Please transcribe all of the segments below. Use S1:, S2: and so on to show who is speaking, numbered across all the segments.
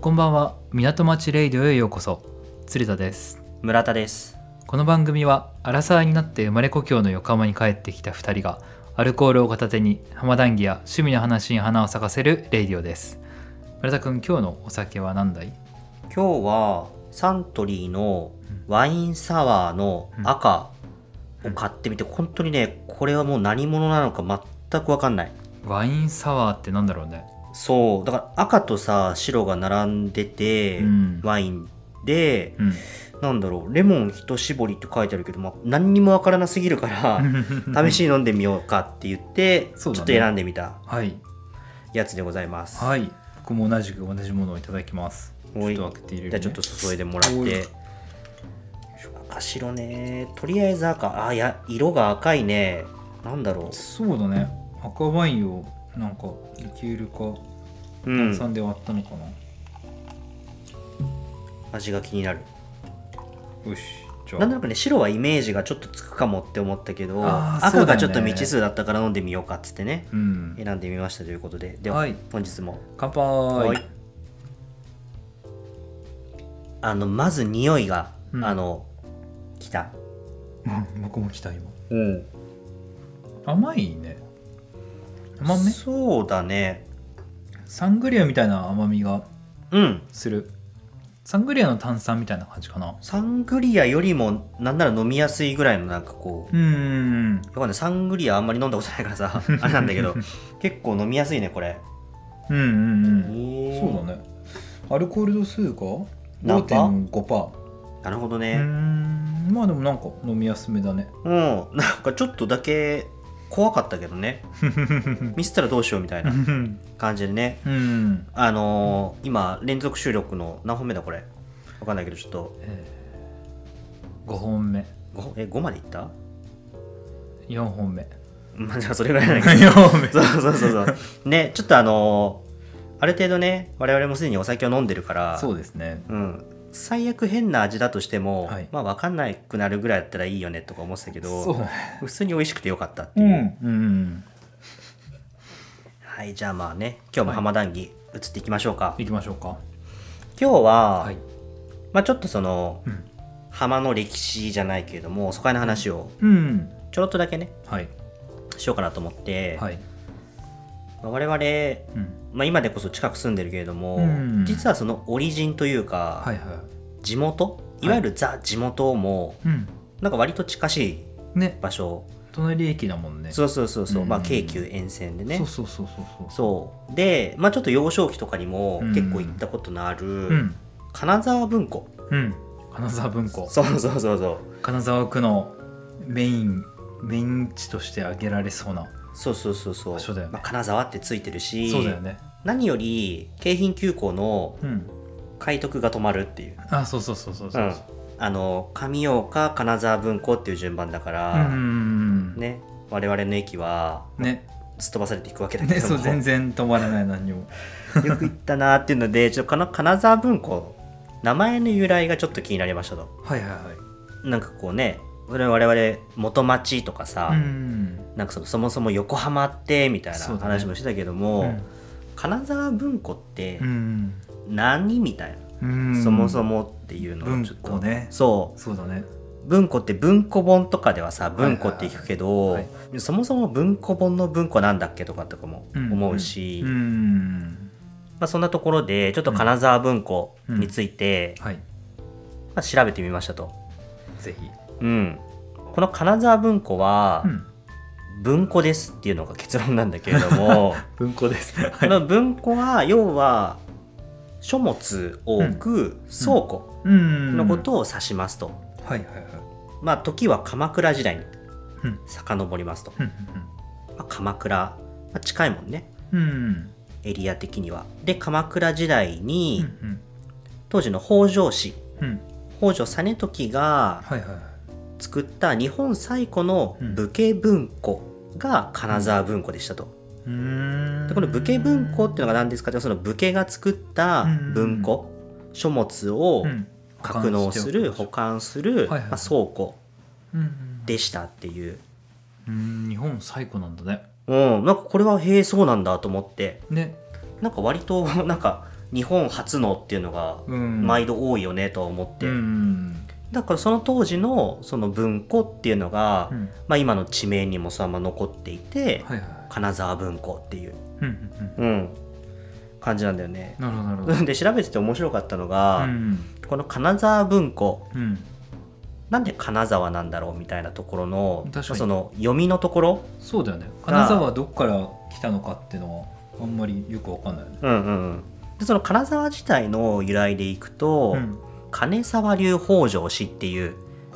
S1: こんばんは港町レイディオへようこそ鶴田です
S2: 村田です
S1: この番組は荒沢になって生まれ故郷の横浜に帰ってきた2人がアルコールを片手に浜談義や趣味の話に花を咲かせるレイディオです村田くん今日のお酒は何だい
S2: 今日はサントリーのワインサワーの赤を買ってみて本当にねこれはもう何者なのか全く分かんない
S1: ワインサワーってなんだろうね
S2: そうだから赤とさ白が並んでて、
S1: うん
S2: ワインで、
S1: うん
S2: なんだろうレモン一絞りって書いてあるけど、まあ、何にも分からなすぎるから試しに飲んでみようかって言って、ち
S1: そ
S2: ょ
S1: う
S2: っ
S1: だね
S2: と選んでみた
S1: はい
S2: やつでございます、
S1: はい僕も同じく同じものをいただきますちょ
S2: お
S1: っ
S2: い
S1: と開けている、
S2: じゃあちょっと注いでもらっ
S1: おい
S2: て赤白ねとりあえず赤あいや色が赤いねなんだろ
S1: そうだね赤ワインをなんかリキュールか
S2: う、う
S1: 炭
S2: ん、
S1: 酸で割ったのかな、
S2: 味が気になる
S1: よしじゃあ
S2: なんとなくね白はイメージがちょっとつくかもって思ったけど、
S1: あーそうだよね
S2: 赤がちょっと未知数だったから飲んでみようかっつってね
S1: うん
S2: 選んでみましたということででは、
S1: はい
S2: 本日も
S1: 乾杯、
S2: はいあのまず匂いが、
S1: うん
S2: あのきた
S1: うん 僕も来た今
S2: うん
S1: 甘いね甘め
S2: そうだね
S1: サングリアみたいな甘みが
S2: うん
S1: するサングリアの炭酸みたいな感じかな
S2: サングリアよりもなんなら飲みやすいぐらいのなんかこ
S1: う
S2: う、
S1: ーん
S2: よかんないサングリアあんまり飲んだことないか らさあれなんだけど結構飲みやすいねこれ
S1: うんうんうん
S2: そ
S1: そうだねアルコール度数が
S2: 何パー
S1: 5.5パー
S2: うなるほど
S1: うー
S2: ね
S1: んまあでもなんか飲みやすめだね
S2: うんなんかちょっとだけ怖かったけど ねミスったらどうしようみたいな感じでね
S1: うん
S2: あのー今連続収録の何本目だこれわかんないけどちょっと
S1: 5本目
S2: 5, え5までいった
S1: 4本目
S2: まあじゃあそれぐらいなんだけ ど
S1: 4本目
S2: そうそうそうそうねちょっとあのーある程度ね我々もすでにお酒を飲んでるから
S1: そうですね
S2: うん、最悪変な味だとしても、
S1: はい
S2: まあ分かんなくなるぐらいだったらいいよねとか思ってたけ
S1: そう
S2: ど普通に美味しくてよかったって
S1: う
S2: いう、
S1: んうん
S2: はいじゃあまあね今日も浜談義移っていきましょうか、
S1: 行きましょうか
S2: 今日は、
S1: はい
S2: まあ、ちょっとその、
S1: うん
S2: 浜の歴史じゃないけれども疎開の話を
S1: うん
S2: ちょろっとだけね
S1: はい
S2: しようかなと思って、
S1: はい
S2: まあ我々、
S1: うん
S2: まあ、今でこそ近く住んでるけれども、
S1: うん
S2: 実はそのオリジンというか、
S1: はいは
S2: 地元いわゆるザ地元も
S1: いうん
S2: なんか割と近しい
S1: ね
S2: 場所
S1: 隣駅だもんね
S2: そうそうそうそう、まあ
S1: うん
S2: 京急沿線でね
S1: そうそうそうそうそう
S2: そうで、まあ、ちょっと幼少期とかにも
S1: うん
S2: 結構行ったことのある、
S1: うん
S2: 金沢文庫
S1: うん金沢文庫
S2: そうそうそうそう
S1: 金沢区のメインメイン地として挙げられそうな
S2: そうそうそうそう
S1: 場所だよね
S2: まあ、金沢ってついてるし
S1: そうだよね
S2: 何より京浜急行の
S1: うん
S2: 快特が止まるっていう、
S1: あそうそうそうそう
S2: う
S1: そ
S2: ん
S1: う、
S2: あの上岡金沢文庫っていう順番だか
S1: うんうん
S2: ら、
S1: うん
S2: ね我々の駅は
S1: ね
S2: すっ飛ばされていくわけだけ
S1: ね
S2: ど
S1: そ
S2: も、
S1: う全然止まらない何にも
S2: よく行ったなっていうのでちょっとかな金沢文庫名前の由来がちょっと気になりましたと。
S1: はいはいはい
S2: なんかこうね我々元町とかさ、
S1: うん
S2: なんかそのそもそも横浜ってみたいな
S1: そうだね
S2: 話もしてたけども、金沢文庫って
S1: うん
S2: 何、みたい
S1: うんう
S2: な、
S1: ん
S2: そもそもっていうのを
S1: 文
S2: ちょっと
S1: 庫ね
S2: そう
S1: そうだね
S2: 文庫って文庫本とかではさ
S1: いはい
S2: 文庫って聞くけど、
S1: はい
S2: そもそも文庫本の文庫なんだっけとかとかも
S1: ん
S2: 思うし、
S1: うん
S2: まあ、そんなところでちょっと金沢文庫について、
S1: はい
S2: まあ、調べてみましたと。
S1: ぜひ
S2: うん、この金沢文庫は、
S1: うん
S2: 文庫ですっていうのが結論なんだけれども
S1: 文庫です は
S2: こ
S1: い
S2: の文庫は要は書物を置く倉庫
S1: うん
S2: のことを指しますと、
S1: はいはいはい
S2: まあ時は鎌倉時代に
S1: うん
S2: 遡りますと、
S1: うん
S2: まあ鎌倉、まあ近いもんね
S1: うんうん
S2: エリア的にはで鎌倉時代
S1: うんう
S2: に
S1: ん
S2: 当時の北条氏
S1: うん
S2: 北条実時が
S1: はいはいはい
S2: 作った日本最古の武家文庫が金沢文庫でしたと。
S1: うーん
S2: でこの武家文庫っていうのが何ですかってその武家が作った文庫、書物を
S1: うん
S2: 格納する、保管する、
S1: はいはい
S2: まあ、倉庫
S1: うんうん
S2: でしたっていう、
S1: うん日本最古なんだね
S2: うん、なんかこれはへえそうなんだと思って
S1: ね
S2: なんか割となんか日本初のっていうのが
S1: うん
S2: 毎度多いよねとは思って、
S1: うん
S2: だからその当時のその文庫っていうのが、
S1: うん
S2: まあ、今の地名にもそのまま残っていて、
S1: はいは
S2: 金沢文庫っていう、
S1: いうんうん
S2: うん、感じなんだよね
S1: うん。なるほどなるほど
S2: で調べてて面白かったのが、
S1: うん
S2: この金沢文庫
S1: うん
S2: なんで金沢なんだろうみたいなところの
S1: 確かに
S2: まあその読みのところ、
S1: そうだよね金沢はどっから来たのかっていうのはあんまりよくわかんないよね
S2: うんうんうんでその金沢自体の由来でいくと、
S1: うん
S2: 金沢流北条氏っていう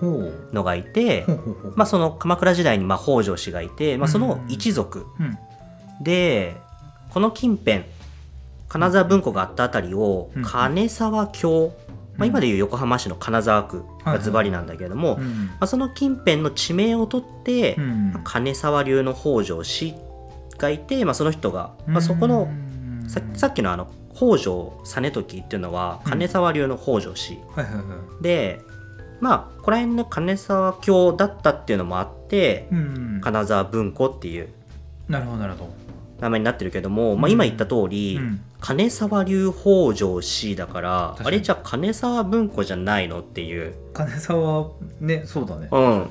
S1: ほう
S2: のがいて
S1: ほ、うほうほう
S2: まあ、その鎌倉時代にまあ北条氏がいて、まあ、その一族
S1: うん
S2: でこの近辺金沢文庫があったあたりを
S1: うん
S2: 金沢京、まあ、今でいう横浜市の金沢区
S1: はいは
S2: が
S1: い
S2: ズバリなんだけれども、
S1: う
S2: ま
S1: ん
S2: あ、その近辺の地名を取って、
S1: うん
S2: 金沢流の北条氏がいて、まあ、その人が、まあ、そこの
S1: うん
S2: ささっきのあの北条実時っていうのは金沢流の北条氏、
S1: はいはいはい
S2: でまあこの辺の金沢京だったっていうのもあって、
S1: うん
S2: 金沢文庫っていう
S1: なるほどなるほど
S2: 名前になってるけども、まあ、今言った通り、
S1: うん
S2: 金沢流北条氏だから
S1: 確か
S2: あ
S1: に
S2: れじゃあ金沢文庫じゃないのっていう、
S1: 金沢ねそうだね
S2: うん、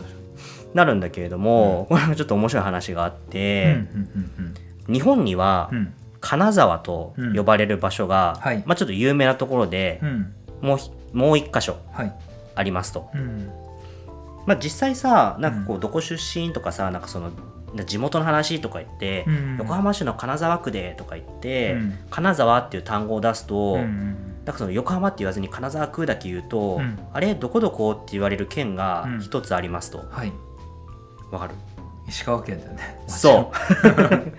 S2: なるんだけれども、これ もちょっと面白い話があっ
S1: うんうん
S2: て、
S1: うん
S2: 日本には
S1: うんうん
S2: 金沢と呼ばれる場所が、
S1: うんはい
S2: まあ、ちょっと有名なところで、
S1: うん
S2: もうひもう一箇所
S1: はい
S2: ありますと、
S1: うん
S2: まあ、実際さなんかこうどこ出身とかさなんかそのな地元の話とか言って、
S1: うん
S2: 横浜市の金沢区でとか言って、
S1: うん
S2: 金沢っていう単語を出すと、
S1: うん
S2: なんかその横浜って言わずに金沢区だけ言うと、
S1: うん
S2: あれどこどこって言われる県が
S1: うん
S2: 一つありますとわ、
S1: はい
S2: かる
S1: 石川県だよね
S2: そう
S1: 金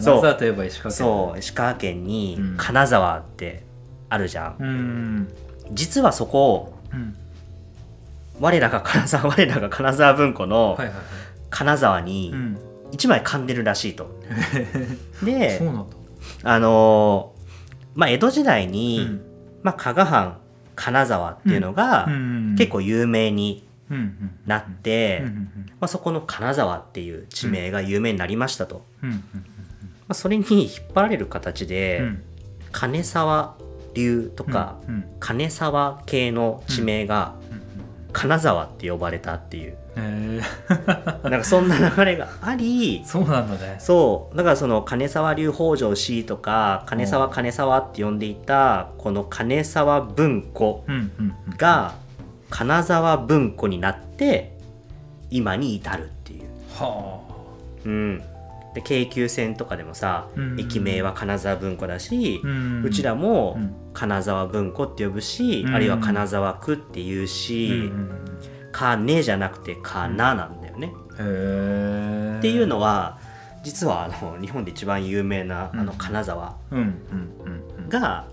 S2: そう
S1: 沢といえば石川県
S2: そう石川県に
S1: うん
S2: 金沢ってあるじゃん、
S1: うん
S2: 実はそこ
S1: うん
S2: 我らが金沢我らが金沢文庫の
S1: はいはいはい
S2: 金沢に
S1: うん
S2: 1枚噛んでるらしい と、
S1: そう
S2: で
S1: なんだ
S2: あのーまあ江戸時代に、
S1: うん
S2: まあ、加賀藩金沢っていうのが、
S1: うん
S2: 結構有名に
S1: うんうん
S2: なって、
S1: うんうん
S2: まあ、そこの金沢っていう地名が有名になりましたと、ま
S1: うんうん
S2: あ、それに引っ張られる形で、
S1: うん
S2: 金沢流とか、
S1: うんうん
S2: 金沢系の地名が金沢って呼ばれたっていう、
S1: うんへ
S2: なんかそんな流れがあ
S1: え
S2: り
S1: そうなんだね
S2: そうだからその金沢流北条氏とか金沢金沢って呼んでいたこの金沢文庫
S1: うんうんうん
S2: が金沢文庫になって今に至るっていう。
S1: は
S2: うん、で京急線とかでもさ、
S1: うん
S2: 駅名は金沢文庫だし
S1: あ、ん
S2: うちらも
S1: うん
S2: 金沢文庫って呼ぶし、
S1: うん
S2: あるいは金沢区って言う
S1: うん
S2: し
S1: うん
S2: 「かね」じゃなくて「かな」なんだよね。
S1: へえ
S2: っていうのは実はあの日本で一番有名な
S1: うん
S2: あの金沢
S1: うんうんうんうん
S2: が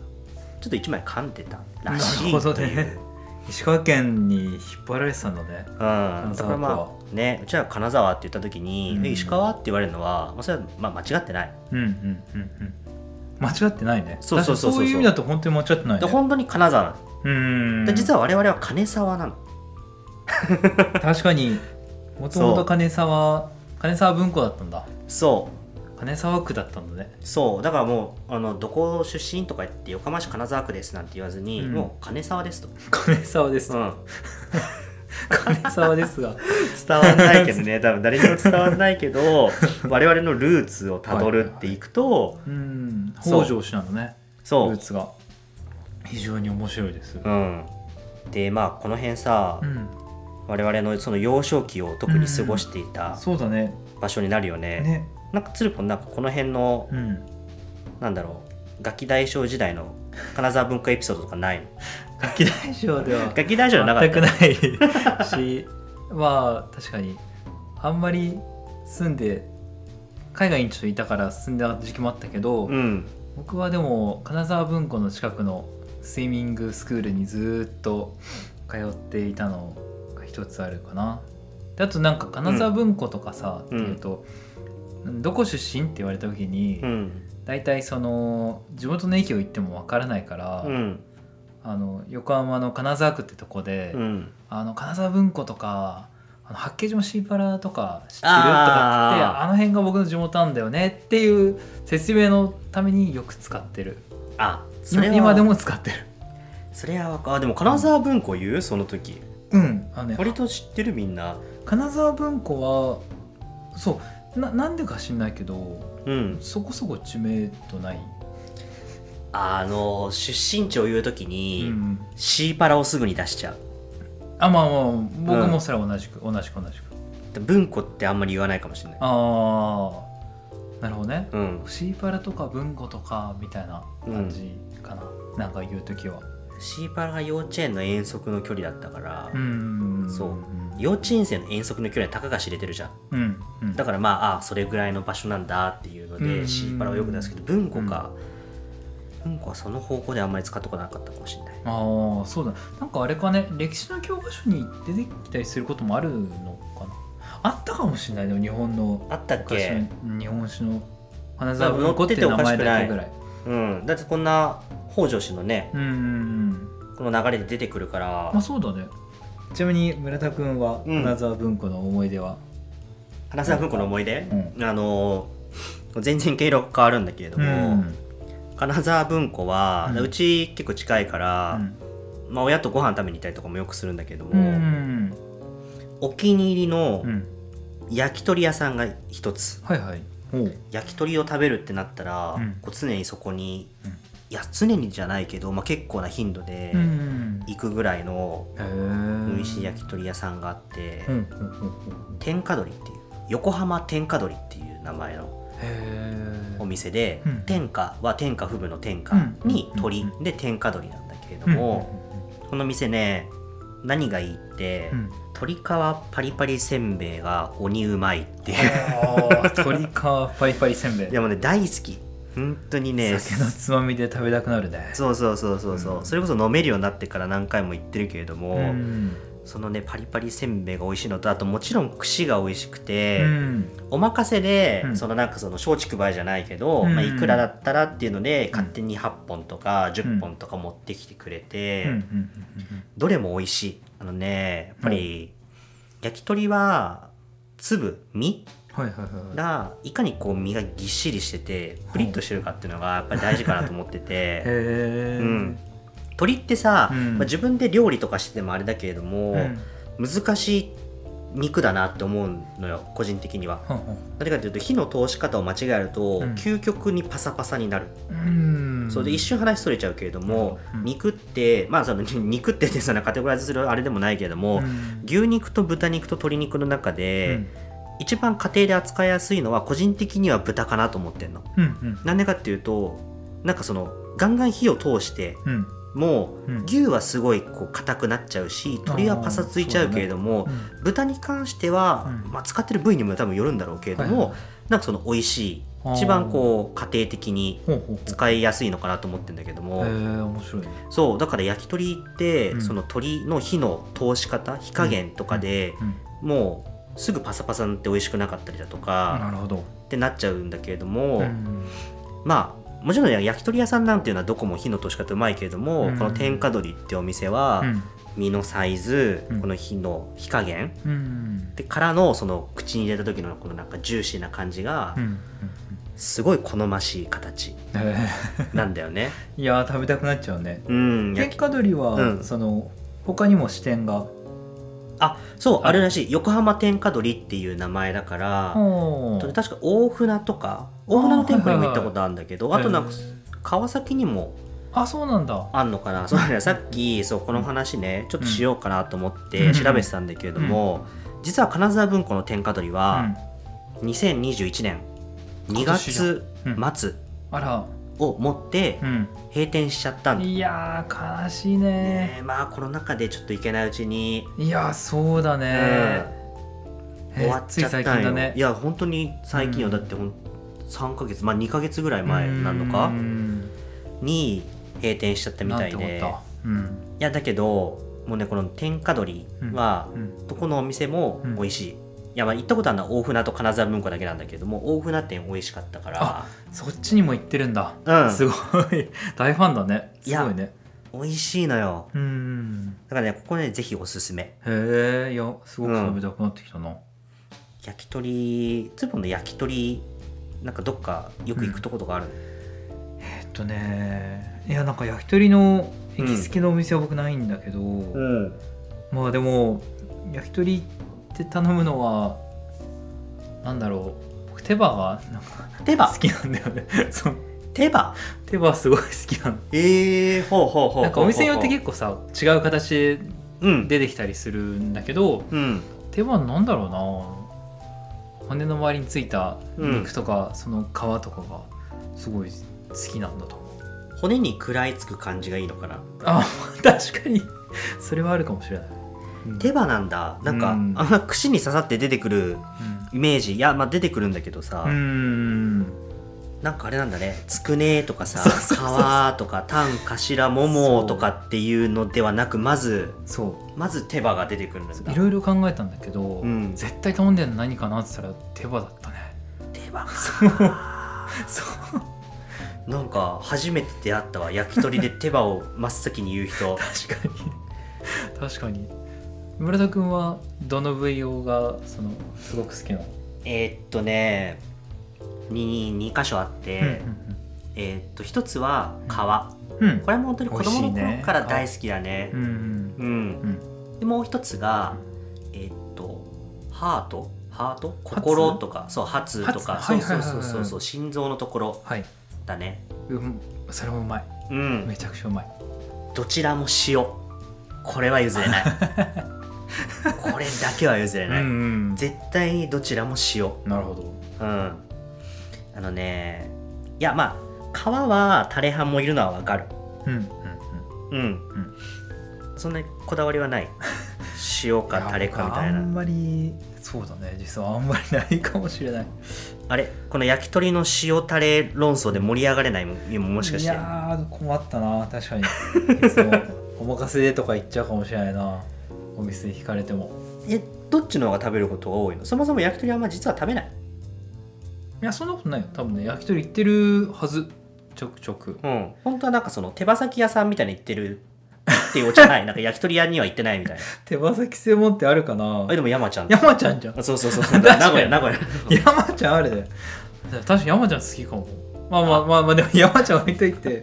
S2: ちょっと一枚噛んでたらし
S1: ないるほど
S2: っていう。
S1: ね石川県に引っ張られてたんだね
S2: うん、だから
S1: 金沢
S2: まあねうちらが金沢って言った時に「
S1: うん
S2: え石川?」って言われるのは、まあ、それはまあ間違ってない
S1: うんうんうんうん間違ってないね
S2: そうそうそうそう
S1: 確かにそういう意味だと本当に間違ってない
S2: で
S1: ね
S2: 本当に金沢なの
S1: うん
S2: で実は我々は金沢なの
S1: 確かにもともと金沢金沢文庫だったんだ
S2: そ
S1: 金沢区だったんだね
S2: うそうだからもうあのどこ出身とか言って横浜市金沢区ですなんて言わずに、
S1: うん
S2: もう金沢で すと、
S1: 金沢です
S2: うん、
S1: 金沢です が
S2: 伝わらないけ どね多分誰にも伝わらないけど我々のルーツをたどるっていくと、
S1: うん
S2: そう
S1: 北条氏なのねル
S2: そ
S1: ー
S2: う、
S1: ツが非常に面白いです
S2: うん、でまあこの辺さ、
S1: うん
S2: 我々のその幼少期を特に過ごしていた
S1: そうだね
S2: 場所になるよね、
S1: ね
S2: なんかつるぽんなんかこの辺の、
S1: うん
S2: なんだろう楽器大賞時代の 金沢文化エピソードとかないの
S1: 楽器大賞では
S2: 楽器大賞じゃなかっ
S1: 全
S2: た
S1: くないしまあ確かにあんまり住んで海外にちょっといたから住んだ時期もあったけど、
S2: うん
S1: 僕はでも金沢文庫の近くのスイミングスクールにずーっと通っていたのが一つあるかなであとなんか金沢文庫とかさ、
S2: うん
S1: っていうと、どこ出身って言われた時に、
S2: うん
S1: 大体その地元の駅を行ってもわからないから、
S2: うん
S1: あの横浜の金沢区ってとこで、
S2: うん
S1: あの金沢文庫とかあの八景島シーパラとか知ってるとかって
S2: あー
S1: あの辺が僕の地元なんだよねっていう説明のためによく使ってる
S2: あそれは
S1: 今でも使ってる
S2: それはわかあでも金沢文庫言うその時
S1: うんあのね
S2: 割と知ってるみんな
S1: 金沢文庫はそうななんでか知んないけど
S2: うん
S1: そこそこ知名度ない、
S2: あの出身地を言う時
S1: う
S2: に、
S1: ん、
S2: シーパラをすぐに出しちゃう
S1: あまあまあ僕もそれは同じく、同じく同じく
S2: で文庫ってあんまり言わないかもしれない
S1: ああなるほどね
S2: うん
S1: シーパラとか文庫とかみたいな感じかな、なんか言う時は
S2: シーパラが幼稚園の遠足の距離だったから、
S1: うん
S2: そうん幼稚園生の遠足の距離はたかが知れてるじゃん
S1: うんうん
S2: だからまああそれぐらいの場所なんだっていうので、
S1: うん
S2: シーパラはよくないですけど文庫か、文庫はその方向であんまり使ったことなかったかもしれない
S1: ああそうだなんかあれかね歴史の教科書に出てきたりすることもあるのかなあったかもしれないでも日本の
S2: あったっ
S1: 昔
S2: け
S1: の日本史の花沢文庫っていう名前だけぐらい
S2: うんだってこんな北条氏のね
S1: うんうんうん
S2: この流れで出てくるから、
S1: まあそうだねちなみに村田君は
S2: うん
S1: 花沢文庫の思い出は、
S2: 花沢文庫の思い出、
S1: う
S2: あのー全然毛色変わるんだけれども、金沢文庫は、
S1: う
S2: うんち結構近いか
S1: う
S2: ら、
S1: ん
S2: まあ、親とご飯食べに行ったりとかもよくするんだけども、
S1: うん
S2: お気に入りの
S1: うん
S2: 焼き鳥屋さんが一つ
S1: はいはいおう
S2: 焼き鳥を食べるってなったら、
S1: うん
S2: こう常にそこに、
S1: うん
S2: いや常にじゃないけど、まあ、結構な頻度で
S1: うん
S2: 行くぐらいの
S1: へえ
S2: 美味しい焼き鳥屋さんがあって、
S1: うんうんうんうん
S2: 天下鳥っていう横浜天下鳥っていう名前の
S1: へえ
S2: お店で、
S1: うん
S2: 天下は天下不武の天下に
S1: うん
S2: 鳥
S1: う
S2: で天下鳥なんだけれども、この店ね何がいいって、
S1: うんうんうんうん
S2: 鶏皮パリパリせんべいが鬼うまいって いう
S1: あー鶏皮パリパリせんべい
S2: でもね大好き本当にね
S1: 酒のつまみで食べたくなるね
S2: そうそうそうそうそう、
S1: うん
S2: それこそ飲めるようになってから何回も行ってるけれども、
S1: うん
S2: そのねパリパリせんべいが美味しいのとあともちろん串が美味しく
S1: う
S2: て、
S1: ん
S2: お任せで、
S1: うん
S2: そのなんかその松竹梅じゃないけど、
S1: うん
S2: まあ、いくらだったらっていうので、勝手に8本とか10本とか持ってきてくれて、
S1: うんうん
S2: どれも美味しいあのねやっぱり、焼き鳥は粒身
S1: はいはいはいはい
S2: がいかにこう身がぎっしりしててプリッとしてるかっていうのがやっぱり大事かなと思っ てて、
S1: へえ
S2: うん、鳥ってさ、
S1: うん
S2: まあ、自分で料理とかしててもあれだけれども、
S1: うん
S2: 難しい肉だなって思うのよ個人的には。
S1: ほんほん
S2: なぜかというと火の通し方を間違えると、
S1: うん
S2: 究極にパサパサになる、
S1: うん
S2: それで一瞬話それちゃうけれども、
S1: うん
S2: 肉ってまあその 肉ってってそんなカテゴライズするあれでもないけれども、
S1: うん
S2: 牛肉と豚肉と鶏肉の中で、一番家庭で扱いやすいのは個人的には豚かなと思ってんの。
S1: うんうん
S2: なんでかっていうとなんかそのガンガン火を通して
S1: うんうん
S2: も
S1: うん
S2: う牛はすごいこう硬くなっちゃうし鶏はパサついちゃうけれども、豚に関しては、
S1: うん
S2: まあ、使ってる部位にも多分よるんだろうけれども、
S1: はいはい
S2: なんかその美味しい
S1: あー
S2: 一番こう家庭的に
S1: ほうほうほう
S2: 使いやすいのかなと思ってるんだけども、
S1: へえ面白いね
S2: そうだから焼き鳥って、
S1: うん
S2: その鶏の火の通し方火加減とかで、
S1: うん
S2: もうすぐパサパサになって美味しくなかったりだとか
S1: な、るほど
S2: ってなっちゃうんだけれども、
S1: うん
S2: まあもちろん焼き鳥屋さんなんていうのはどこも火の通し方うまいけれども、
S1: うん
S2: この天下鳥ってお店は、
S1: うん
S2: 身のサイズ、
S1: うん
S2: この火の火加減
S1: うん
S2: でからのその口に入れた時のこのなんかジューシーな感じが
S1: うんうん
S2: すごい好ましい 形
S1: うんへえ
S2: なんだよね。
S1: いやー食べたくなっちゃうね
S2: うん、や
S1: 天下鳥は、
S2: うん
S1: その他にも支店が
S2: あそうあるらしい横浜天下鳥っていう名前だから、
S1: ほう
S2: 確か大船とか大船の店舗にも行ったことあるんだけどあ,、となんか
S1: へえ
S2: 川崎にも
S1: あそうなんだ
S2: あんのかなそうだねさっきそうこの話ねちょっとしようかなと思っ
S1: うん
S2: て調べてたんだけれども、実は金沢文庫の天下鳥は2021年2月
S1: うんうん
S2: 末
S1: あら
S2: をもって
S1: うん
S2: 閉店しちゃったんだ
S1: いやー悲しいね
S2: ねえまあコロナ禍でちょっと行けないうちに、
S1: いやーそうだね、えー
S2: 終わっちゃった
S1: つ
S2: ん
S1: い最近だ
S2: よ、
S1: ね
S2: いや本当に最近よ、
S1: うん
S2: だってほん3ヶ月まあ2ヶ月ぐらい前なのか
S1: うん
S2: に閉店しちゃったみたい
S1: なんて
S2: で
S1: こったうん
S2: いやだけどもうねこの天下鳥は、
S1: うん
S2: どこのお店も
S1: うん
S2: 美味しい、いやまあ行ったことあるのは大船と金沢文庫だけなんだけども大船店美味しかったから
S1: そっちにも行ってるんだ、
S2: うん
S1: すごい 大ファンだね
S2: い
S1: す
S2: や
S1: ごいね
S2: 美味しいのよ
S1: うん
S2: だからねここねぜひおすすめ
S1: へえいやすごく食べたくなってきたな、
S2: 焼き鳥ズボンの焼き鳥なんかどっかよく行くとことかある、
S1: えっとねいやなんか焼き鳥の行きつけのお店は僕ないんだけど、
S2: うん
S1: まあでも焼き鳥って頼むのはなんだろう僕手羽がなんか
S2: 手羽
S1: 好きなんだよねそう
S2: 手羽
S1: 手羽すごい好きなの
S2: ええほうほうほう
S1: なんかお店によって
S2: 構
S1: 結構さ違う形で
S2: うん
S1: 出てきたりするんだけど
S2: うん
S1: 手羽なんだろうな骨の周りについた肉とか、その皮とかがすごい好きなんだと思う
S2: 骨に食らいつく感じがいいのかな
S1: あ 確かにそれはあるかもしれない、うん
S2: 手羽なんだなんか、
S1: うん
S2: あんま串に刺さって出てくるイメージいやまあ出てくるんだけどさ、
S1: うんうん
S2: なんかあれなんだねつくねとかさ
S1: そうそうそう
S2: 皮とかタン頭ももとかっていうのではなくまず
S1: そう
S2: まず手羽が出てくるんだ
S1: いろいろ考えたんだけど、
S2: ん
S1: 絶対頼んでんの何かなって言ったら手羽だったね
S2: 手羽
S1: そう
S2: なんか初めて出会ったわ焼き鳥で手羽を真っ先に言 う人
S1: 確かに確かに村田君はどの部位用がそのすごく好きなの、
S2: えーっとねに2箇所あって、えーっと1つは皮
S1: うんうんうん
S2: これも本当に子供の
S1: 美味しいね
S2: 頃から大好きだね
S1: うんうん
S2: うん
S1: うん
S2: でもう一つが、えーっとハートハート心とかそうハツとか
S1: ハツ
S2: そうそ
S1: はいはいはい
S2: うそうそ
S1: は
S2: う
S1: い
S2: そう心臓のところ
S1: はい
S2: だね
S1: うんそれもうまい
S2: うん
S1: めちゃくちゃうまい
S2: どちらも塩これは譲れないこれだけは譲れない、
S1: ん
S2: 絶対にどちらも塩うん
S1: なるほど
S2: あのねいやまあ皮はタレ派もいるのはわかる
S1: うんうんうん
S2: うん、
S1: ん
S2: そんなにこだわりはない塩 かタレかみたい
S1: や僕あん
S2: な
S1: まりそうだね実はあんまりないかもしれない
S2: あれこの焼き鳥の塩タレ論争で盛り上がれないも今もしかし
S1: い
S2: て
S1: やー困ったな確 かにいつもお任せでとか言っちゃうかもしれないなお店引かれても
S2: えどっちの方が食べることが多いのそもそも焼き鳥あんま実は食べない
S1: いやそんなことないよ多分ね焼き鳥行ってるはずちょくちょく
S2: うん、本当はなんかその手羽先屋さんみたいに行ってるっていうオチじゃない なんか焼き鳥屋には行ってないみたいな
S1: 手羽先専門ってあるかな
S2: あでも山ちゃんだ
S1: 山ちゃんじゃん
S2: あそうそうそうそう名
S1: 確かに
S2: 古屋名古屋
S1: 山ちゃんあれだよ確かに山ちゃん好きかもまあまあまあまあでも山ちゃん置いといて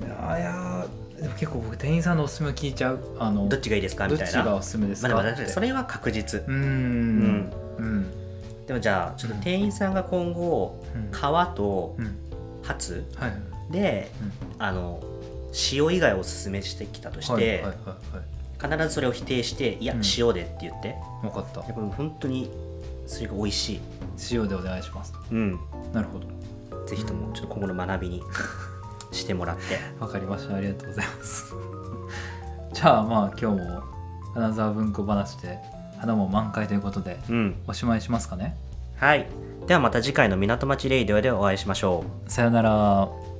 S1: いやーいやーでも結構僕店員さんのおすすめ聞いちゃうあの
S2: どっちがいいですかみ
S1: ど
S2: た
S1: っ
S2: い
S1: ち
S2: な
S1: がおすすめです
S2: まあ
S1: か
S2: で
S1: っ
S2: も確か
S1: て
S2: にそれは確実
S1: うーんうん
S2: でもじゃあちょっと店員さんが今後
S1: うん
S2: 皮と
S1: うん
S2: ハツ
S1: はいはい
S2: で、あの塩以外をおすすめしてきたとして、
S1: はいはいはいはい
S2: 必ずそれを否定して「いや
S1: うん
S2: 塩で」って言って、
S1: 分かった
S2: いやこれ本当にそれが美味しい、
S1: 塩でお願いします
S2: うん、
S1: なるほど
S2: ぜひともちょっと今後の学びにしてもらって
S1: わかりましたありがとうございます じゃあまあ今日も金沢文庫話で花も満開ということで
S2: うん
S1: おしまいしますかね
S2: はい。ではまた次回の港町レイディオでお会いしましょう。
S1: さよなら